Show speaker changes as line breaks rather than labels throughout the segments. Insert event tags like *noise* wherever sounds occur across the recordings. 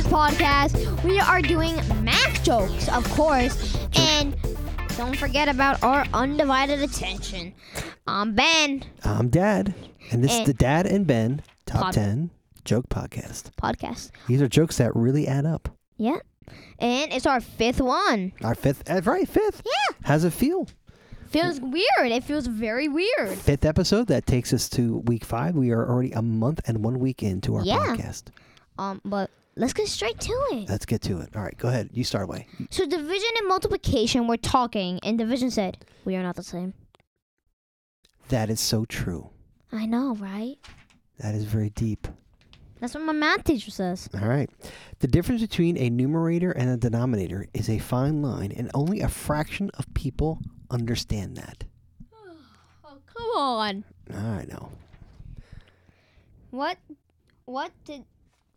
podcast, we are doing Mac jokes, of course, and don't forget about our undivided attention. I'm Ben
I'm Dad, and this
Eh.
is the Dad and Ben Top
Pod-
10 Joke Podcast.
podcast.
These are jokes that really add up.
Yeah, and it's our fifth one.
Our fifth, eh, right, fifth.
Yeah,
How's it feel?
feels weird. It feels very weird.
Fifth episode that takes us to week five. We are already a month and one week into our
Yeah.
podcast.
Um, but let's get straight to it.
Let's get to it. All right, go ahead. You start away.
So division and multiplication were talking, and division said, "We are not the same."
That is so true.
I know, right?
That is very deep.
That's what my math teacher says.
All right. The difference between a numerator and a denominator is a fine line, and only a fraction of people understand that.
*sighs* Oh, come on.
I know.
What? What did?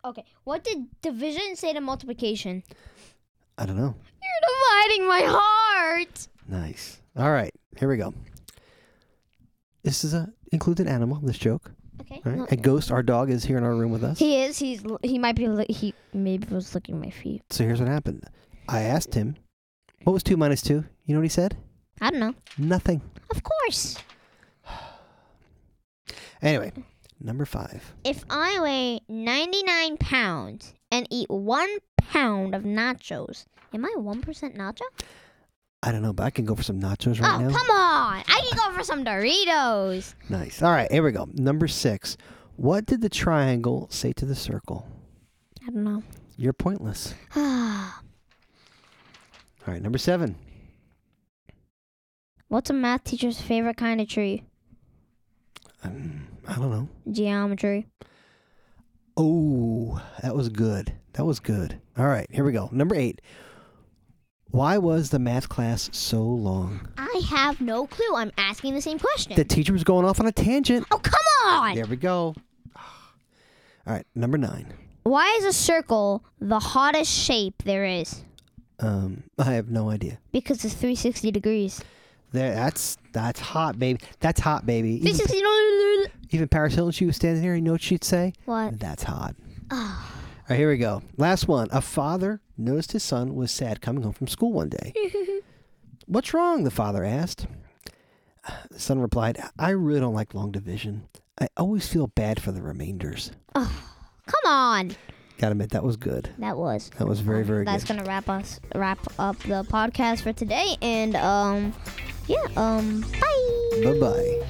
Okay. What did division say to multiplication?
I don't know.
You're dividing my heart.
Nice. All right, here we go. This is a includes an animal. This joke,
Okay.
all right?
no.
A ghost. Our dog is here in our room with us.
Mm. He is. He's. l- He might be. li- He maybe was licking my feet.
So here's what happened. I asked him, "What was two minus two? You know what he said?
I don't know.
Nothing.
Of course.
Anyway, number five.
If I weigh 99 pounds and eat one pound of nachos, am I 1% nacho?
I don't know, but I can go for some nachos right
oh,
now.
come on. I can go for some Doritos.
Nice. All right, here we go. Number six. What did the triangle say to the circle?
I don't know.
You're pointless.
*sighs*
All right, number seven.
What's a math teacher's favorite kind of tree?
Um, I don't know.
Geometry.
Oh, that was good. That was good. All right, here we go. Number eight. Why was the math class so long?
I have no clue. I'm asking the same question.
The teacher was going off on a tangent.
oh, come on.
There we go. All right, number nine.
Why is a circle the hottest shape there is?
Um, I have no idea.
Because it's 360 degrees.
There, that's that's hot, baby. That's hot, baby. Even, *laughs*
360.
even Paris Hilton, she was standing there. You know what she'd say?
What?
That's hot.
Oh.
All right, here we go. Last one. A father noticed his son was sad coming home from school
*laughs*
one day. What's wrong? The father asked. The son replied, I really don't like long division. I always feel bad for the remainders.
Come on.
Gotta admit, that was good.
That was.
That was very, very
That's
good.
gonna wrap us wrap up the podcast for today, and um, yeah, um, bye.
Bye bye.